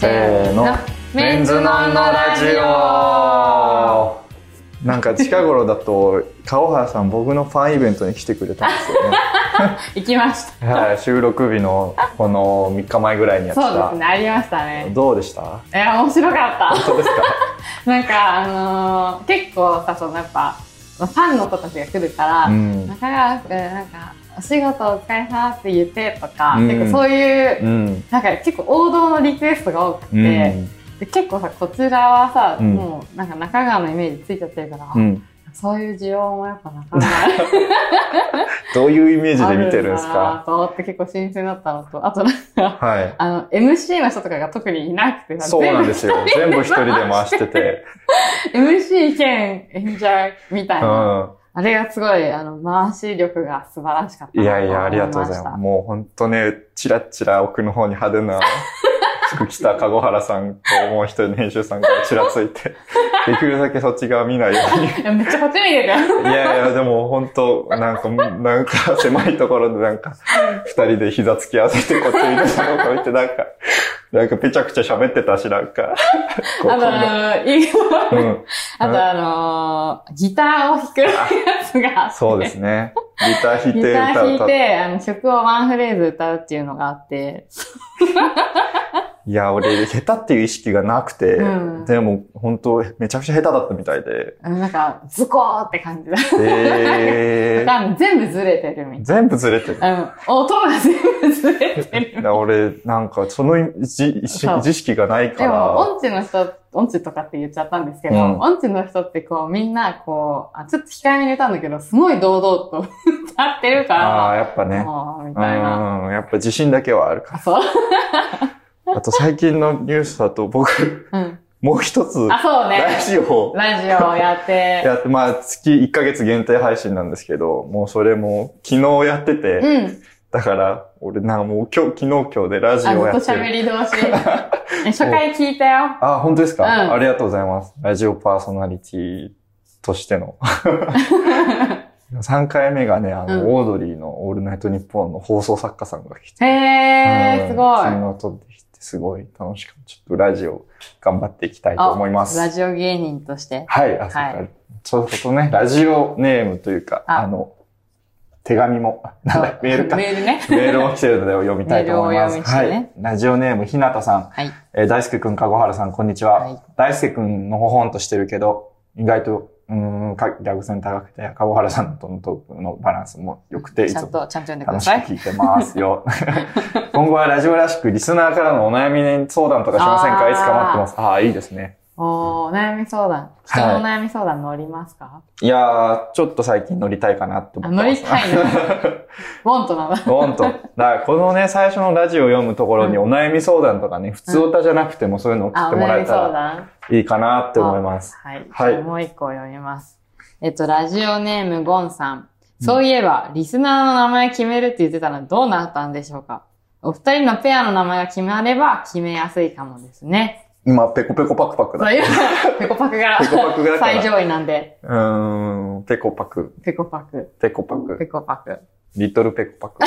せーのメンズノンノラジオなんか近頃だと川原さん僕のファンイベントに来てくれたんです よね行きましたはい収録日のこの3日前ぐらいにやってそうですたねありましたねどうでしたいや面白かった本当ですかなんか、あのー結構さ、そのやっぱ、ファンの子たちが来るから、 うん中川くん、なんか、お仕事お疲れ様って言ってとか、うん結構そういう、うんなんか結構王道のリクエストが多くて、うんで結構さ、こちらはさ、うんもうなんか中川のイメージついちゃってるから、うんそういう需要もやっぱ中 川どういうイメージあでる見てるんんでだすなかと思って結構新鮮だったのと、あとなんか、はいあの、MC の人とかが特にいなくてさ、そうなんですよ全部部一人で回して て MC 兼演者みたいうな。んあれがすごい、あの、回し力が素晴らしかったいなと思ました。やいや、ありがとうございます。もう本当ね、チラッチラ奥の方に派手 な服着た籠原さんともう一人の編集さんがちらつい て、できるだけそっち側見ないように。いや、めっちゃ初めてだよ。いやいや、でも本当、なんか、なんか狭いところでなんか、二人で膝つき合わせてこっち見てその子見てなんか、なんかぺちゃくちゃ喋ってたし、なん か、 こうあ今の、いい度うん、あとあの、ギターを弾くやつがあって。そうですね。ギター弾いてギター歌弾うい歌て、あの、曲をワンフレーズ歌うっていうのがあって。いや、俺、下手っていう意識がなくて、うんでも、本当めちゃくちゃ下手だったみたいで。あのなんか、ズコーって感じだ。 えー、あの全部ずれてるみ全部ず れてる。たいな。うん。音が全部ずれている。や俺、なんか、そのじじそう知識がないかでも、ら、音痴の人、音痴とかって言っちゃったんですけど、うん音痴の人ってこう、みんな、こうあ、ちょっと控えめに歌うんだけど、すごい堂々と歌ってるかああ、ら、やっぱね。もう、みうたいな。ん、やっぱ自信だけはあるかあそう。 ら。あと、最近のニュースだと、僕、 うん。もう一つ、あ、そうねラ。ジオラジオやって。やって、まあ、月1ヶ月限定配信なんですけど、もうそれも、昨日やってて、うん。だから、俺、なんかもう今日、昨日今日でラジあ、ずオっやとってる喋。り 同士。え初回聞いたよ。あ、本当ですか、うんありがとうございます。ラジオパーソナリティとしての。3回目がね、あの、うんオードリーのオールナイトニッポンの放送作家さんが来て。へえー、うすんごそれい。を撮ってきて、すごい楽しかった。ちょっとラジオ頑張っていきたいと思います。ラジオ芸人として。はい、あ、はいそうか。そういうことね、ラジオネームというか、ああの、手紙も、なんだ、メールか。メールね。メールも来てるので読みたいと思います。メールを読みしてねはい。ラジオネーム、ひなたさん。はい。えー大輔くん、かごはらさん、こんにちは。はい大輔くんのほほんとしてるけど、意外と、うーん、か逆線高くて、かごはらさんとのトークのバランスも良くて、いちゃつんもと、ちゃんと読んでくだ楽しさくい。聞いてますよ。 今後はラジオらしく、リスナーからのお悩み相談とかしませんあかーいつか待ってます。ああー、いいですね。おー、悩み相談。人のお悩み相談乗りますかいやー、ちょっと最近乗りたいかなって思ってます。あ乗りたいボンとなの。 ほんと。だから、このね、最初のラジオを読むところにうお悩み相談とかね、普通歌じゃなくてもそういうのを送あ、っておもら悩えみた相ら談いいかなって思います。はい。はいじゃあもう一個読みます。えっと、ラジオネームゴンさん。そういえば、リスナーの名前決めるって言ってたのどうなったんでしょうかお二人のペアの名前が決まれば決めやすいかもですね。今、ペコペコパクパクそだ。ういう、ペコパクがペコパクだから最上位なんで、うーん、ペコパク、ペコパク、ペコパク、ペコパク。リトルペコパク。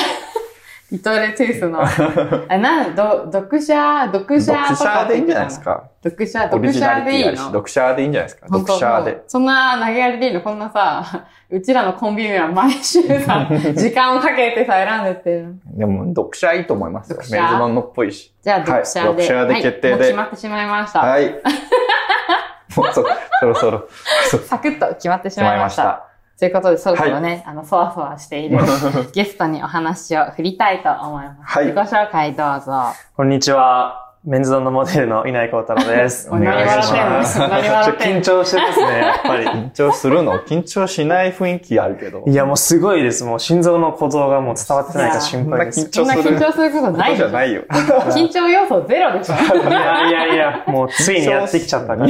リトルトゥースの、あ、なん、ど、読者、読者読とか者っでいてい言んってたのじゃないですか。読者、オリ読ジナ者リテでいィあいるし、の読者でいいんじゃないですか。本当読者でもう。そんな投げやりでいいのこんなさ、 うちらのコンビ名は毎週 さ、時間をかけてさ、選んでってる。でも、読者いいと思いますよ。メン読ズ者ノンノっぽいし。じゃあ、読者で。はい読者で決はい定でもう決まってしまいました。はい。 もうそ、そろそろ、そうサクッと決ま ってし決ままいりままし。したた。ということで、そろそろね、あの、そわそわしてい るゲストにお話を振りたいと思います。はい自己紹介どうぞ。こんにちは。メンズのモデルの稲井幸太 郎です。お願いしますお願いしますちょっと緊張してますね、 やっぱり。緊張するの緊張しない雰囲気あるけど。いや、もうすごいです。もう心臓の鼓動がもう伝わってないか心配です。いそんな緊張することこなといじでゃしょな いよ。緊張要素ゼロでし ょやいやいや、もうついにやってきちゃったから。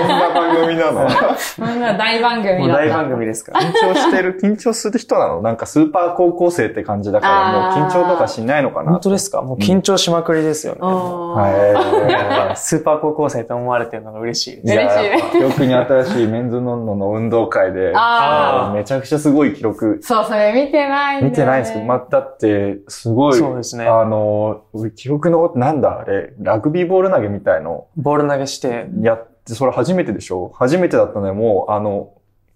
そんな番組なのそんな大番組もうだった大番組ですから。緊張し てる、緊張する人なのなんかスーパー高校生って感じだから、もうあー緊張とかしないのかな本当ですかもう緊張しまくりですよね。うんあ やっぱスーパー高校生と思われてるのが嬉しいです。嬉しいい。記憶に新しいメンズノンノの運動会ー。、でああめちゃくちゃすごい記録ー。そう、それ見てないんだよね見てないんですけど、まあ、だって、すごい、そうですね。あの、記憶の、なんだあれ、ラグビーボール投げみたいのボール投げして、やって、それ初めてでしょ初めてだったので、もう、あの、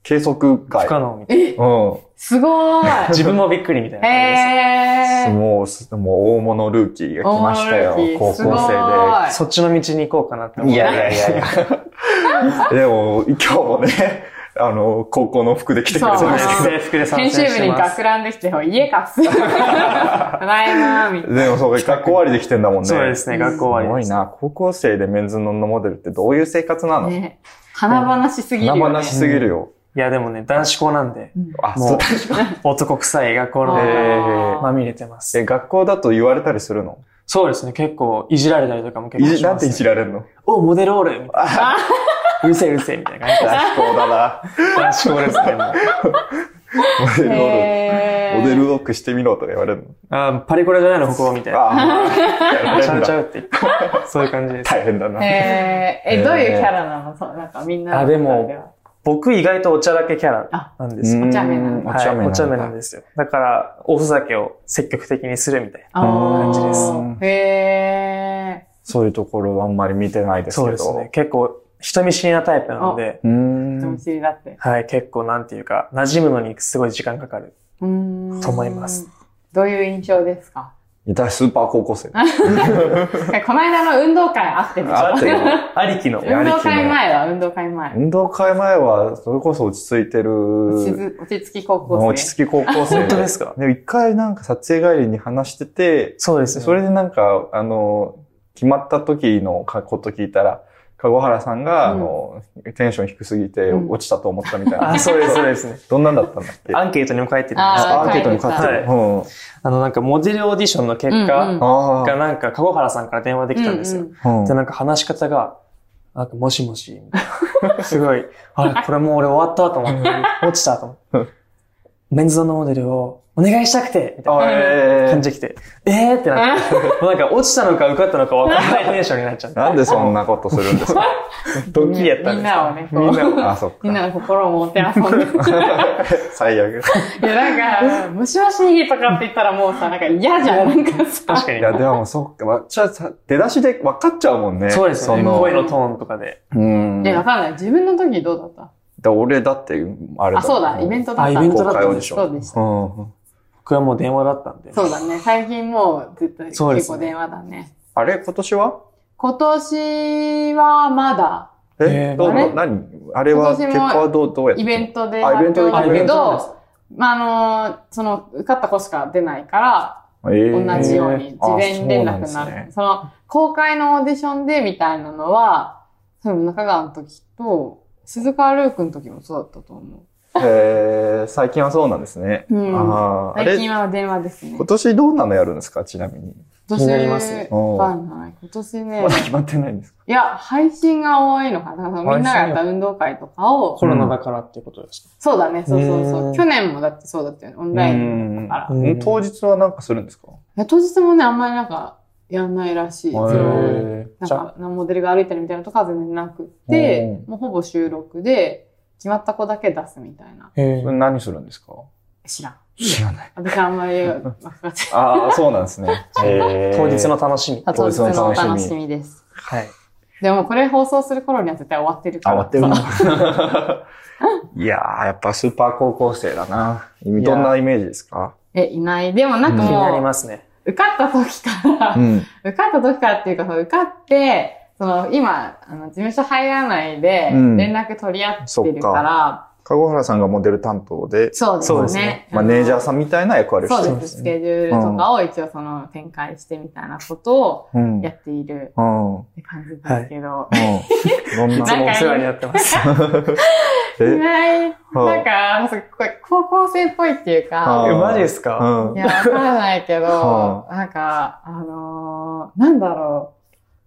計測不外。可能みたいうん。もすごな。ーい。自分もびっくりみたいな感えー。うす、もう大物ルーキーが来ましたよ大物ルー、キ高ー校生じです。そっちの道に行こうかなって思で。う。いやいやいや いや。でも、今日もね、あの、高校の服で来てくれて そうまですす。け制服で参編戦集部してにま学す。ランできて、家かっす。ただいまー、みたいど。でも、そう か、学校終わりで来てんだもんね。そうですね、学校終すわごりいです。な。高校生でメンズノンノモデルってどういう生活なな。の、ね。華々しすぎるよ、ね。生々しすぎるよ。いや、でもね、男子校なんで、うんあ、もうそう。男臭い学校へなんで、ーまみれてます。え、学校だと言われたりするのそうですね、結構、いじられたりとかも結い構じ、しなまんす、ていね。じられるのお、モデルオールみたいな。 うるせえうるせえみたいな感じで。学校だ な。男子校ですね、もう。モデルオール、へーモデルオークしてみろとか言われるあパリコレじゃないの、ここみたいの。な。ああ、やられちゃるんうちだゃうって言って。そういう感じです。大変だな。えー、ええ、ーどういうキャラなのそう、なんかみんなのあでも中は僕意外とおちゃらけキャラなんですよ。お茶目なうんだんはいお茶目ななんんだですよ。だから、おふざけを積極的にするみたいな。あー感じですへそういうところはあんまり見てないですそうけど。ですね。結構、人見知りなタイプなので、うーー。人見ん。知りだって。はい、結構なんていうか、馴染むのにすごい時間かかる。うーん。と思います。どういう印象ですか いたスーパー高校生。えこの間の運動会あってるでしあってるょ ありきの。や運りきの動会前は運動会前。運動会前は、それこそ落ち着いて落ちる。ず落ち着き高校落生ち。着き高校生。本当ですかで、一回なんか撮影帰りに話してて、そうですね。それでなんか、あの、決まった時のかこと聞いたら、籠原さんが、うんあの、テンション低すぎてうん落ちたと思ったみたいな。あ、そうです、そうですね。どんなんだったんだっけアンケートにも書いてるんですけどあアンケートに書いてはる。いうん。あの、なんか、モデルオーディションの結うんうん果あが、なんか、籠原さんから電話できたんですうよ。うあ。で、なんか話し方が、なんか、もしもし、みたいなすごい、あれ、これもう俺終わったと思って、落ちたと思うって。メンズのモデルをお願いしたくてみたいあなえ感ーじできて、えーってなって、もうなんか落ちたのか受かったのか分かんないテンションになっちゃって。なんでそんなことするんですか ドキリやったんみんですなをね、こうみんなをあ、そっみんか。なの心をもてあそんで。 最悪。いや、なんか、むしわしとかって言ったらもうさ、なんか嫌じゃん。なんかさ、確かいや、でに。もそっか。わじゃあさ出だしで分かっちゃうもんね。そうですよね。の声のトーンとかで。うん。いや、わかんない。自分の時どうだっだ俺だって、あれたあ、そうだ、イベント。トだった。あイベントだ公った開オーディシそョン。うでした。うん。僕はもう電話だったんで。そうだね。最近もうずっと結そうです構ね電話だね。あれ今年は今年はまだええ、どうあれ何あれは、今年も結果はどう、どうやってイベントであイ発ベント表でだあイベけントなんでど、すまあ、あの、その、受かった子しか出ないから、ト、え同ーじように事前連絡あにそうななる。んでそすねの、公開のオーディションでみたいなのは、多分中川の時と、鈴川ルー君の時もそうだったと思へー最近はそうなんですね。う。うん。あーあ最れ、近は電話ですね。今年どんなのやるんですかちなみに。今年気になりますねわかんない。今年ねまだ、決まってないんですかいや、配信が多いのかな。だからみんながやった運動会とかを、コロナだからっていうことですかそうだね、そうそうそうう。ん去年もだってそうだったよね、オンラインだったから。いうんうん当日はなんかするんですかや当日もね、あんまりなんか、やんないらしい。そのへなんじゃか、モデルが歩いてるみたいなとかは全然なくって、うもうほぼ収録で、決まった子だけ出すみたいな。へー何するんですか知らん。知らない。私あんまり分かってない。ああ、そうなんですね。 へー当日の。楽しみ。 当当日日ののお楽しみ楽しみです。はい。でもこれ放送する頃には絶対終わってるかあ、ら。終わってるな。 いやー、やっぱスーパー高校生だな。どんなイメージですかえ、いない。でもなん気かになりもう、ますね。受かった時から、ん。受かった時からっていうか、その受かって、その、今、あの、事務所入らないで、うん連絡取り合ってそっるかから、籠原さんがモデル担当で、そうそうでですすねね。マネージャーんさんみたいな役割をしてるそうんでですす。ね。スケジュールとかを一応その展開してみたいなことをうん。やっているうん。うん。って感じ ですけど。どん いつな。もお世話になってます。い、え、ない。なんはか、そうこれ高校生っぽいっていうはか、いえマジですあうかんい。や、わからないけどは、なんか、あのー、なんだろう。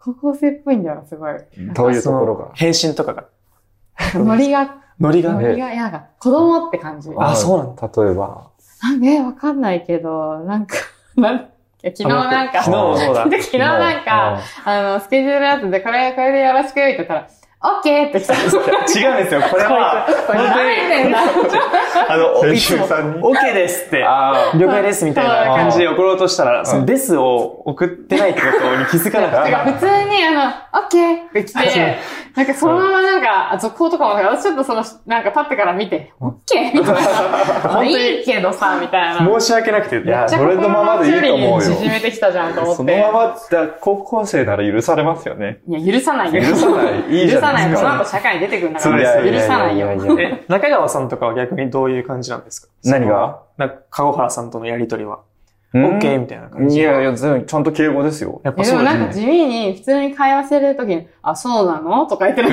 高校生っぽいんだよな、すごい。どういうとそころのが。返信とかが。ノリが、ノリがノねリが、いやなんか、子供って感じ。あそうなんだ。例えば。 なんでわかんないけど、なんか、なん昨日なんか、昨日もそ うだ。昨日なんか、あの、スケジュールやつで、これ、これでよろしくって言ったら、オッケーって来たんですよ。こ昨日、違うんですよ。これれは、 何年だあの、先いつ週も、 さんに OK ですって、あ了解ですみたいな感じで送ろうとしたら、んそのですを送ってないってことに気づかなてかく普通に、あの、オッケーって来て、なんかそのままなんか、続報とかも、私ちょっとその、なんか立ってから見て、オッケーみたいな。本当にいいけどさ、みたいな。 て、申し訳なくて、いいやや、じゃあそれのままでいいと思うよこの距離縮めてきたじゃんと思あ。って。そのままだ、高校生なら許されますよね。いや、許さないよ。許さないいいじゃな許さいですないかよ。この後社会に出てくるんだかそうですら、よ許さないよ。よえ、中川さんとかは逆にどういう感じなんですか何がそのなんか、籠原さんとのやりとりは、OK みたいな感じ。いやいや、全然ちゃんと敬語ですよ。やっえぱでそもうですなんねか地味に普通に会話してるときに、あ、そうなのとか言ってる。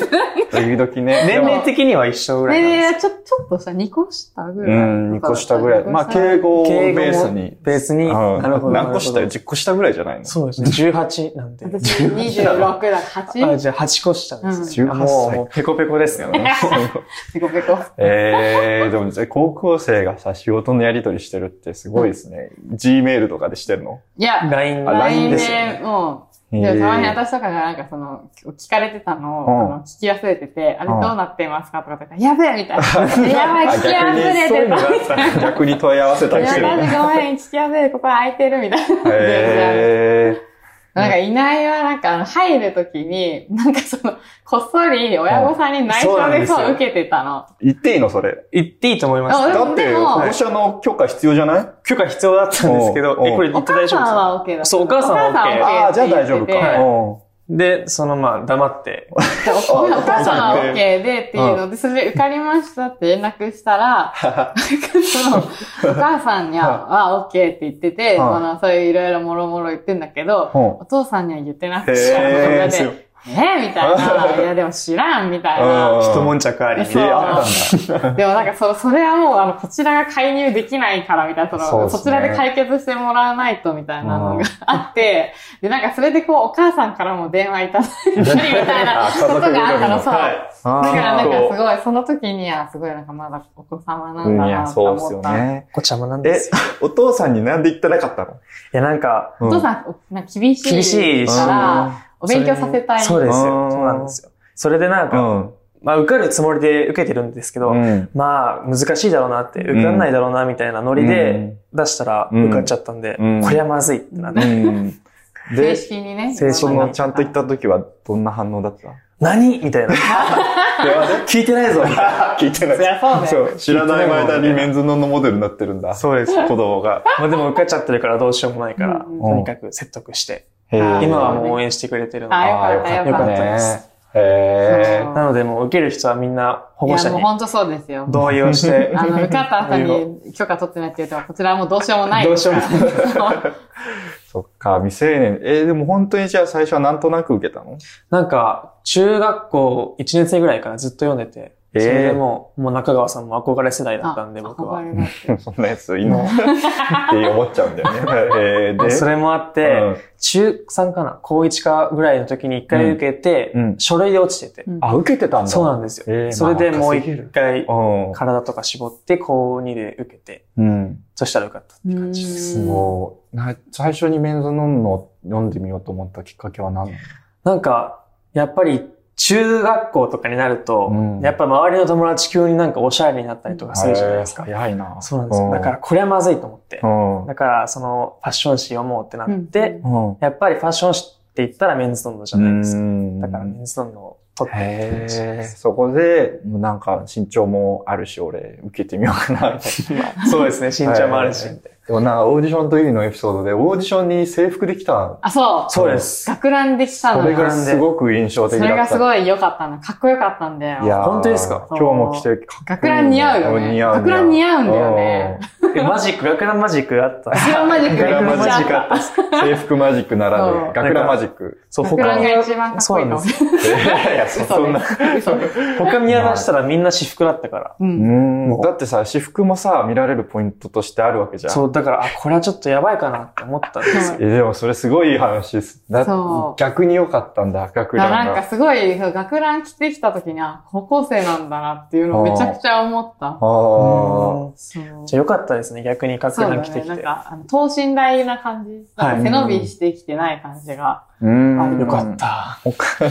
時々ね。年齢的には一緒ぐらいなんねですえ、ちょ、ちょっとさ、2個下ぐうらい。ん、2個下ぐらい。まあ、敬語をベースに。ベースに、うんなるほど何個下よなるほど ?10 個下ぐらいじゃないのそうですね。18なんで。私26だからあ、 8。じゃあ8個下でうんす。 18あもう、もうペコペコですよね。ペコペコ。 ええー、でも、じゃあ高校生がさ、仕事のやり取りしてるってすごいですね。Gmail とかでしてるのいや、 LINE あが。 LINE LINE ですよでねもう、えでもたまにー私とかがなんかその、聞かれてたのを、うんあの聞き忘れてて、あれうどんうなってますかとかとか、やべえみたい な。やばい、あ聞き忘れてた。あった。逆に問い合わせたいりしてや、るマジね。ごめん、聞き忘れて、ここ空いてるみたいな。えなんか、いないは、なんか、あの、入るときに、なんかその、こっそり親御さんに内緒でうんそうそなうん受けてたの。ー、言っていいのそれ。言っていいと思います。あだって、でも保護者の許可必要じゃない許可必要だったんですけど、おうおうえ、これ言おって大母丈夫さですんかは OK だった。そうお母さんは OK お母さんあは OK あ、じゃあ大丈夫か。って言っててうんで、そのまあ、黙って、でおおお母母ささんんはは OK でっていうので、それで受かりましたって連絡したら、その、お母さんには、あ、OK って言ってて、うんその、そういういろいろもろもろ言ってんだけど、うんお父さんには言ってなくて、へそれーそうで、えみたいな、いやでも知らんみたいうんな。一悶着あり。そうえーああったんだ。でもなんかそ、それはもう、あの、こちらが介入できないから、みたいな、その、そうそですねちらで解決してもらわないと、みたいなのがあって、で、なんかそれでこう、お母さんからも電話いただいたり、みたいな あことがあったの、家族そぐう。るだあかーらなんかすごい、その時には、すごいなんかまだお子様なんだいなや、とそうです思っよた。ね。ごちゃまなんでえす。、お父さんになんで言ってなかったのいや、なんか、お父さん、なんか厳しい。厳しいしから、お勉強させたい。そうですうよ。んそうなんですよ。それでなんか、まあ、受かるつもりで受けてるんですけど、うん。うん。まあ、難しいだろうなって、受かんないだろうな、みたいなノリで出したら、うん受かっちゃったんで、うんこりゃまずいってなって、うん。正 で、式にね。正式そにの、ちゃんと行った時はどんな反応だった何みたいな。聞いてないぞみたいな。聞いてなそりゃそうだよ 知らない間にメンズのモデルになってるんだ。そうです。子供が。まあでも受かっちゃってるからどうしようもないから、うんうんとにかく説得して、へー今はもう応援してくれてるのあで、あーよかったよかったよよかったでねす。へーーなのでもう受ける人はみんな保い護や、者もうにほんとそうですよ。同意をし て、あの、受かった後に許可取ってないって言うと、こちらはもうどうしようもない。。どうしようもない そっか、未成年。えー、でも本当にじゃあ最初はなんとなく受けたのなんか、中学校1年生ぐらいからずっと読んでて、えーそれでもう、もう中川さんも憧れ世代だったんで、僕は。憧れだって そんなやついいのって思っちゃうんだ よね。えー、で、それもあって、中3かな高1かぐらいの時に一回受けて、うんうん書類で落ちてて、うんあ、受けてたんだ。そうなんですよ。えーそれでもうまあ若すぎ一る回、う体とか絞って、高2で受けて、ん。うん。そしたら受かった。う感じですーんごい。な最初にメンズノンノを読んでみようと思ったきっかけは何なのなんか、やっぱり、中学校とかになると、うんやっぱ周りの友達急になんかおしゃれになったりとかするじゃないですか。へー早いな。そうなんですよ。だから、これはまずいと思って。ら、うん。だから、その、ファッション誌読もうってなって、うんうん。やっぱりファッション誌って言ったらメンズドンドじゃないですか。うんだからメンズドンドを取ってってへ感じでえ、すそこで、もうなんか身長もあるし、俺、受けてみようか な、みたいそうですね、身長もあるし。はいな。でもなんかオーディションの時のエピソードで、オーディションに制服できた。あ、そう。そうです。学ランできたそのれよがすごく印象そ的だれっがた。すごい良かったの。かっこよかったんだいやよ。ー本当ですか今日も来て、かっ学こいいラン似合うよね。似合う。学ラン似合うんだよね。えマジック、学ランマジックあった。学ランマジッうん。ク学めランっちマジゃあッっクあた。った。制服マジックならうんぬ、学ランマジック。そう、学他ランにが一番かっこいいの。そ いや、そ嘘そんな。です。嘘です。他見渡したらみんな私服だったから。う。うんん。だってさ、私服もさ、見られるポイントとしてあるわけじゃん。 そう、だから、あ、これはちょっとやばいかなって思ったんですよ。え、でもそれすごいいい話です。だそう逆に良かったんだ、い学やラなんンかが。すごい、そう学ラン着てきた時に、あ、高校生なんだなっていうのをめちゃくちゃ思った。ああ。うんそう。じゃあよかったでですね。逆にかっこそうよだく来てね。きなんて。か、あの等身大な感じ。なはいんか背伸びしてきてない感じが。うん。よかった。他。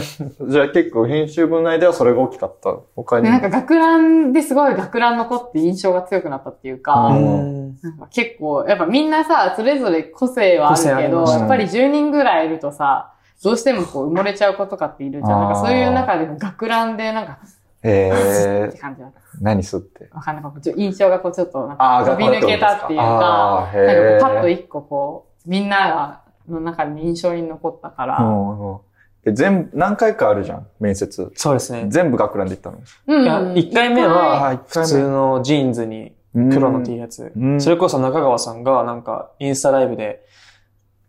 じゃあ結構編集部内ではそれが大きかった。他にで、。なんか学ランですごい学ランの子って印象が強くなったっていううか、んなんか結構、やっぱみんなさ、それぞれ個性はあ個性るあけりど、ましたねやっぱり10人ぐらいいるとさ、どうしてもこう埋もれちゃう子とかっているじゃん。なあーんかそういう中で学ランでなんか、えっーて、感じだった。何すって。わかんない。こうちょ印象がこうちょっとなんあか飛ーび抜けたっていうあか、ーへなんーかこうパッと一個こう、みんなが、の中に印象に残ったから、うんうんえ全部、何回かあるじゃん、面接。そうですね。全部学ランで行ったの。うんいや、1回目はいは回普通のジーンズに黒の T シャツうん。それこそ中川さんがなんかインスタライブで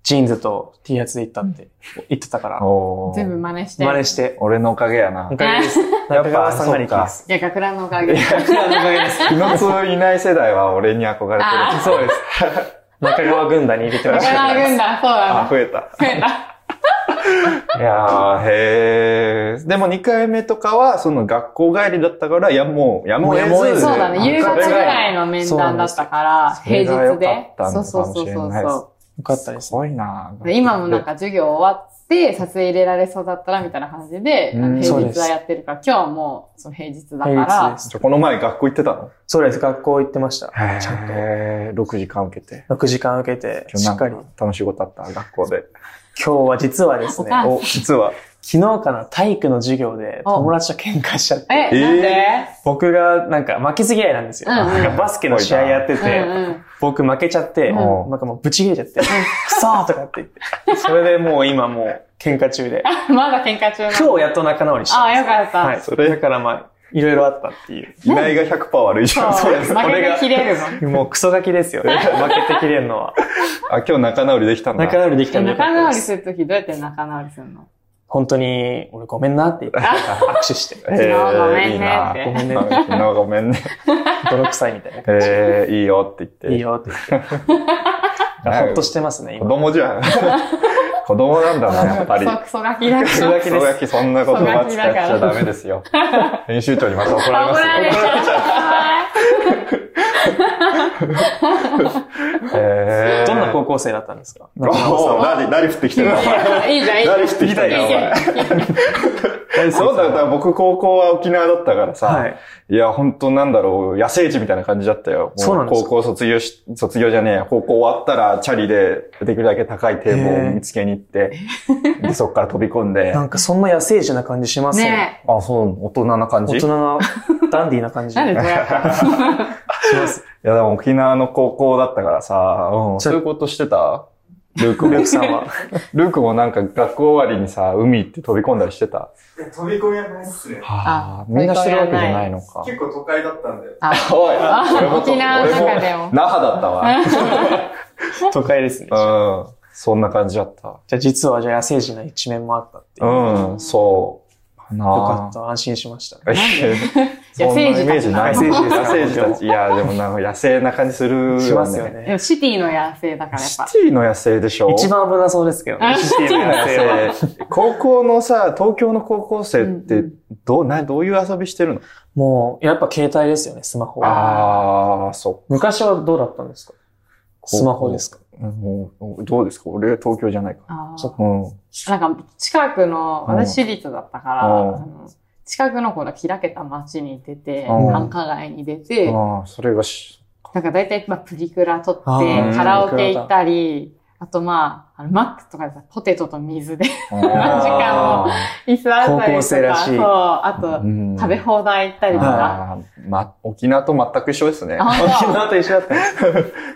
ジーンズと T シャツで行ったって言ってたから、おー全部真似して。真似して。俺のおかげやなお。かげです。 やっぱ中川さんが人気です。いや、学ランのおかげで。中川のおか げです。日の通いない世代は俺に憧れてある。そうです。中川軍団に入れてま学しランた。軍団、そうあ、 だ増えた。な。いやー、へー。でも2回目とかは、その学校帰りだったから、やもう、やむをもう得やむを得ず。ずそうだね。夕方ぐらいの面そうな談んだでっすたから、それが平日良でかった。そのうそうかもそしうれそうないそよかったですす。ごいなう。で今もなんか授業終わって、撮影入れられそうだったらみたいな感じで、あうんのそ平うで日すはやってるから、今日はもうその平日だか平日でら、す。じゃあこの前学校行ってたのそうです。学校行ってました。へちゃんと。ー。6時間受けて。 6時間受けて、今日しなっんかり。今か楽しいことあった学校で。日は実はですおね、母お、実は。昨日かな体育の授業で友達と喧嘩しちゃって、え、なんで僕がなんか負けず嫌いなんですよ。うんうんなんかバスケの試合やってて、うんうん僕負けちゃって、うんなんかもうブチ切れちゃって、くそーとかって言って。それでもう今もう喧嘩中で。あ まだ喧嘩中なの今日やっと仲直りしたんあ、ですよかった。はい。それだからまあ、いろいろあったっていう。いないが100%悪いじゃん。そう、負こけれてが切れるの。もうクソガキですよ。負けて切れんのは。あ、今日仲直りできたんだ。仲直りできたんでよか仲った直でりす。するときどうやって仲直りするの本当に、俺ごめんなって言って、握手して。へ昨ー日ごめんねいいなってごめんね。昨日ごめんね。泥臭いみたいな感えー、いいよって言って。じ。いいよって言って。ほっとしてますね、子今。供じゃん。子供なんだな、やっぱり。クソクソガキだかクら。ソガキです。クソガキそんな言葉使っちゃダメですよ。編集長にまた怒られま怒すよ。られちゃう。えーどんな高校生だったんですかおー何、何降ってきてるのお前いいじゃん、いいじゃん。何降ってきたんだお前。そうだったら僕高校は沖縄だったからさ、、はいい。や、本当なんだろう、野生児みたいな感じだったよ。もそうなんですか高校卒業し、卒業じゃねえ、高校終わったらチャリでできるだけ高い堤防を見つけに行って、でそっから飛び込んで、なんかそんな野生児な感じしますね。ねあ、そう、大人な感じ大人のダンディーな感え。じ。なんでこ うやったのいや、でも沖縄の高校だったからさ、うん、ちそょういうことしてたルークも。ルークさん は。ルークもなんか学校終わりにさ、海行って飛び込んだりしてた。いや飛び込みはないっすね。はああ、みんなしてるわけじゃないのか。結構都会だったんで。あ、 おい、あ俺もと沖縄の中でも俺那覇だった 都会ですね。わ。うん。そんな感じだった。じゃあ実はじゃあ野生児な一面もあったっていう。ようん、そう。かなかった。安心しました。いや野そんな生イ児メーたちジない。野生児です野生児たち。いや、でもなんか野生な感じするよね。しますよでね。もシティの野生だからやっシぱ。ティの野生でしょ一番危なそうですけどね。シティいやせ高校のさ、東京の高校生っうてんう、どう、な、どういう遊びしてるのもう、やっぱ携帯ですよね、スマホ。ああ、そ昔はどうだったんですかスマホですかう。もうどうですか俺、東京じゃないか。あそーっうん。なんか、近くの、うん私私立だったから、あうんの近くのこの開けた街に出て、うん繁華街に出て、ああ、それ がし、なんか大体、まあ、プリクラ撮って、あーカラオケ行ったり、あとまあ、あのマックとかでさ、ポテトと水で何時間を椅子あったりとか、高校生らしいそう、あと、を食べ放題行ったりとか。あーま、沖縄と全く一緒ですね。あ沖本縄と一緒だったら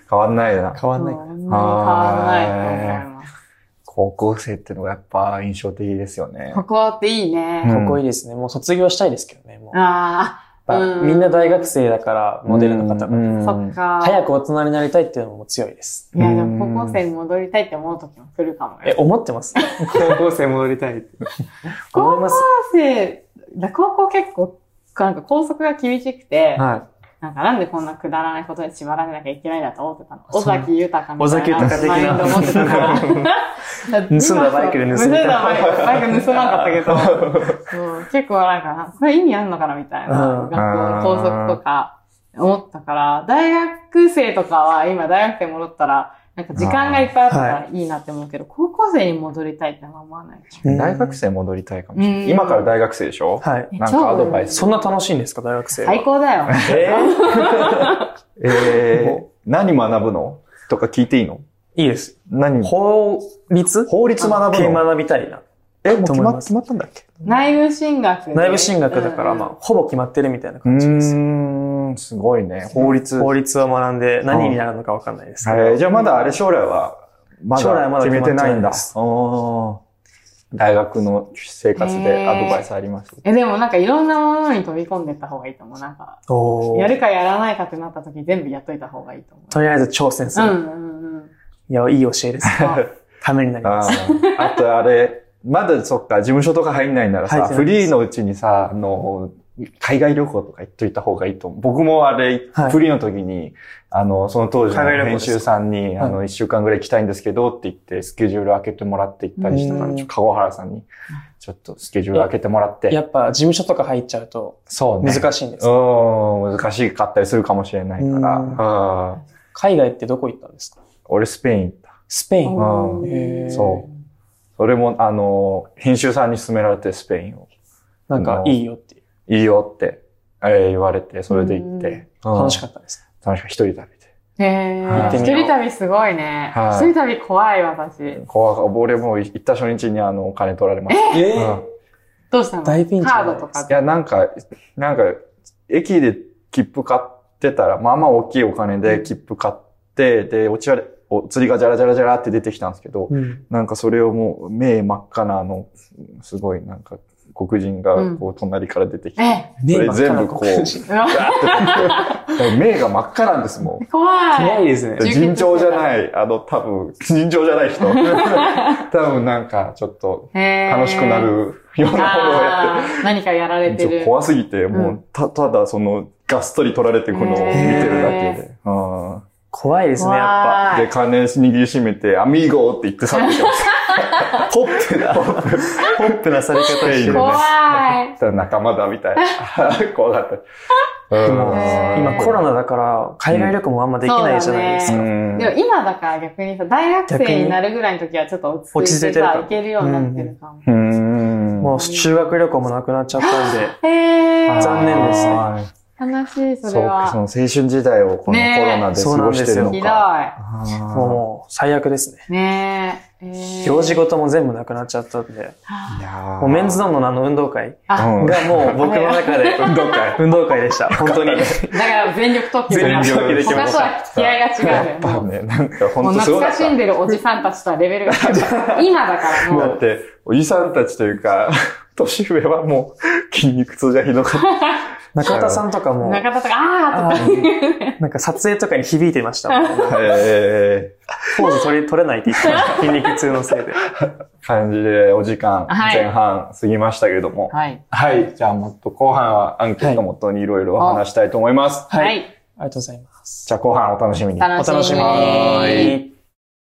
変わんないな。変わ当んないそ。んなに変わらないと思います。高校生ってのがやっぱ印象的ですよね。ここっていいね。うんかっこいいですね。もう卒業したいですけどね、もう。やっあぱうんみんな大学生だから、モデルの方が。あ、がそっか。早く大人になりたいっていうのも強いです。いや、でも高校生に戻りたいって思う時も来るかもえね、。思ってます高校生戻りたいって。 思います。高校生、高校結構、なんか校則が厳しくて、はなんかなんでこんなくだらないことで縛られなきゃいけないんだと思ってたの。そ尾う崎豊みたいな。尾崎豊的なマインド持ってたから。 盗んだバイ クで盗みたい盗んだバイク、バイク盗まなかったけど。そう結構なんか、これ意味あんのかなみたいな。う学ん校の校則とか。思ったから、大学生とかは今大学生戻ったら、なんか時間がいっぱいあったからいいなって思うけど、高校生に戻りたいってあんま思わないでしょ。うん 大学生戻りたいかもしれうなんい。今から大学生でしょはい。えなんかアドバイス。そんな楽しいんですか、大学生は。最高だよ。えーえー何学ぶのとか聞いていいのいいです。何法律法律学ぶ系の学びたいな。え、もう決と思いまます決まったんだっけ内部進学で。内部進学だから、うんまあ、ほぼ決まってるみたいなう感じです。ーん、すごいね。法律。法律を学んで何になるのかわかんないですけど。えーじゃあまだあれ将来は、ま将来まだだ決めてないんだ。決まってないですおー大学の生活でアドバイスあります。え、でもなんかいろんなものに飛び込んでった方がいいと思う。なんか、おーやるかやらないかってなった時全部やっといた方がいいと思う。とりあえず挑戦すうる。んうんうん。いや、いい教えです。ためになりまあす。ーあとあれ、まだそっか、事務所とか入んないなら入っさ、てないフリーのうちにさ、あの、海外旅行とか行っといた方がいいと思う。僕もあれ、はいフリーの時に、あの、その当時の海外旅行編です集かさんに、あの、一週間ぐらい行きたいんですけどって言って、スケジュール開けてもらって行ったりしたから、うんちょ籠原さんに、ちょっとスケジュール開けてもらって。やっぱ事務所とか入っちゃうとそうね。難しいんです。うん、難しかったりするかもしれないから。うんあー海外ってどこ行ったんですか俺スペイン行った。スペイン。うんへーそうそれも、あの、編集さんに勧められてスペインを。なんかいいよっていう。いいよって、えー言われて、それで行って。楽しかっったです。た。楽しかった。一人旅で。う。へ行ーって一みよう人旅すごいね。はい一人旅怖い私。怖か俺も行った初日にあの、お金取られました。えうんどうしたの大ピンチじカゃーないドとかい。や、なんか、なんか、駅で切符買ってたら、まあまあ大きいお金で切符買って、で、おちわれ、お釣りがジャラジャラジャラって出てきたんですけど、うんなんかそれをもう目真っ赤なあの、すごいなんか黒人がこう隣から出てきて、え、それ全部こう、うわ目が真っ赤なんですもん。怖い。怖いですね。充血してた尋常じゃない、あの多分、尋常じゃな い人。多分なんかちょっとへー楽しくなるようなものをやって。あー何かやられてちょっると。怖すぎて、もううた、ただその、がっそり取られてくのを見てるだけで。うん怖いですね、やっ怖いで、金握りしめて、アミーゴーって言って去ってきました。 ぱ。ポップな、ポップなされ方してるね。怖い。ただ仲間だみたい な。怖か った。でうんもへー今コロナだから、海外旅行もあんまできないじゃないですそうだか。うんでも今だから逆にさ、大学生になるぐらいの時はちょっと落ち着いてさ、落ち着いてるから行けるようになってるかも。うんもう修学旅行もなくなっちゃったんで、へー。残念ですねはい悲しい、そそれうか、そのは。青春時代をこのコねえロナで過ごしてるそうのひどか。い。あーもう最悪ですね。ねえ。えー行事ごとも全部なくなっちゃったんで、いやーもうメンズノンのあの運動会あ、うんがもう僕の中で運動会。運動会でした。本当に。だから全力特急全力特急で行きま他しとたは付き合いが違う やっよぱもね、なんかう。もう本当す懐ごかかっしんた。でるおじさんたちとはレベルが 違う。今だからもだうっ。て、おじさんたちというか、年上はもう筋肉痛がひどかっ中田さんとかも、中田とか、ああーなんか撮影とかに響いてました。た。えポーズ取れ取れないって言ってました。筋肉痛のせいで。ー、感じでお時間はい前半過ぎましたけどもー。はい。はい。じゃあもっと後半はアンケートもとにいろいろお話したいと思います。ははいい。ありがとうございます。じゃあ後半お楽しみに。楽しみにお楽しみに。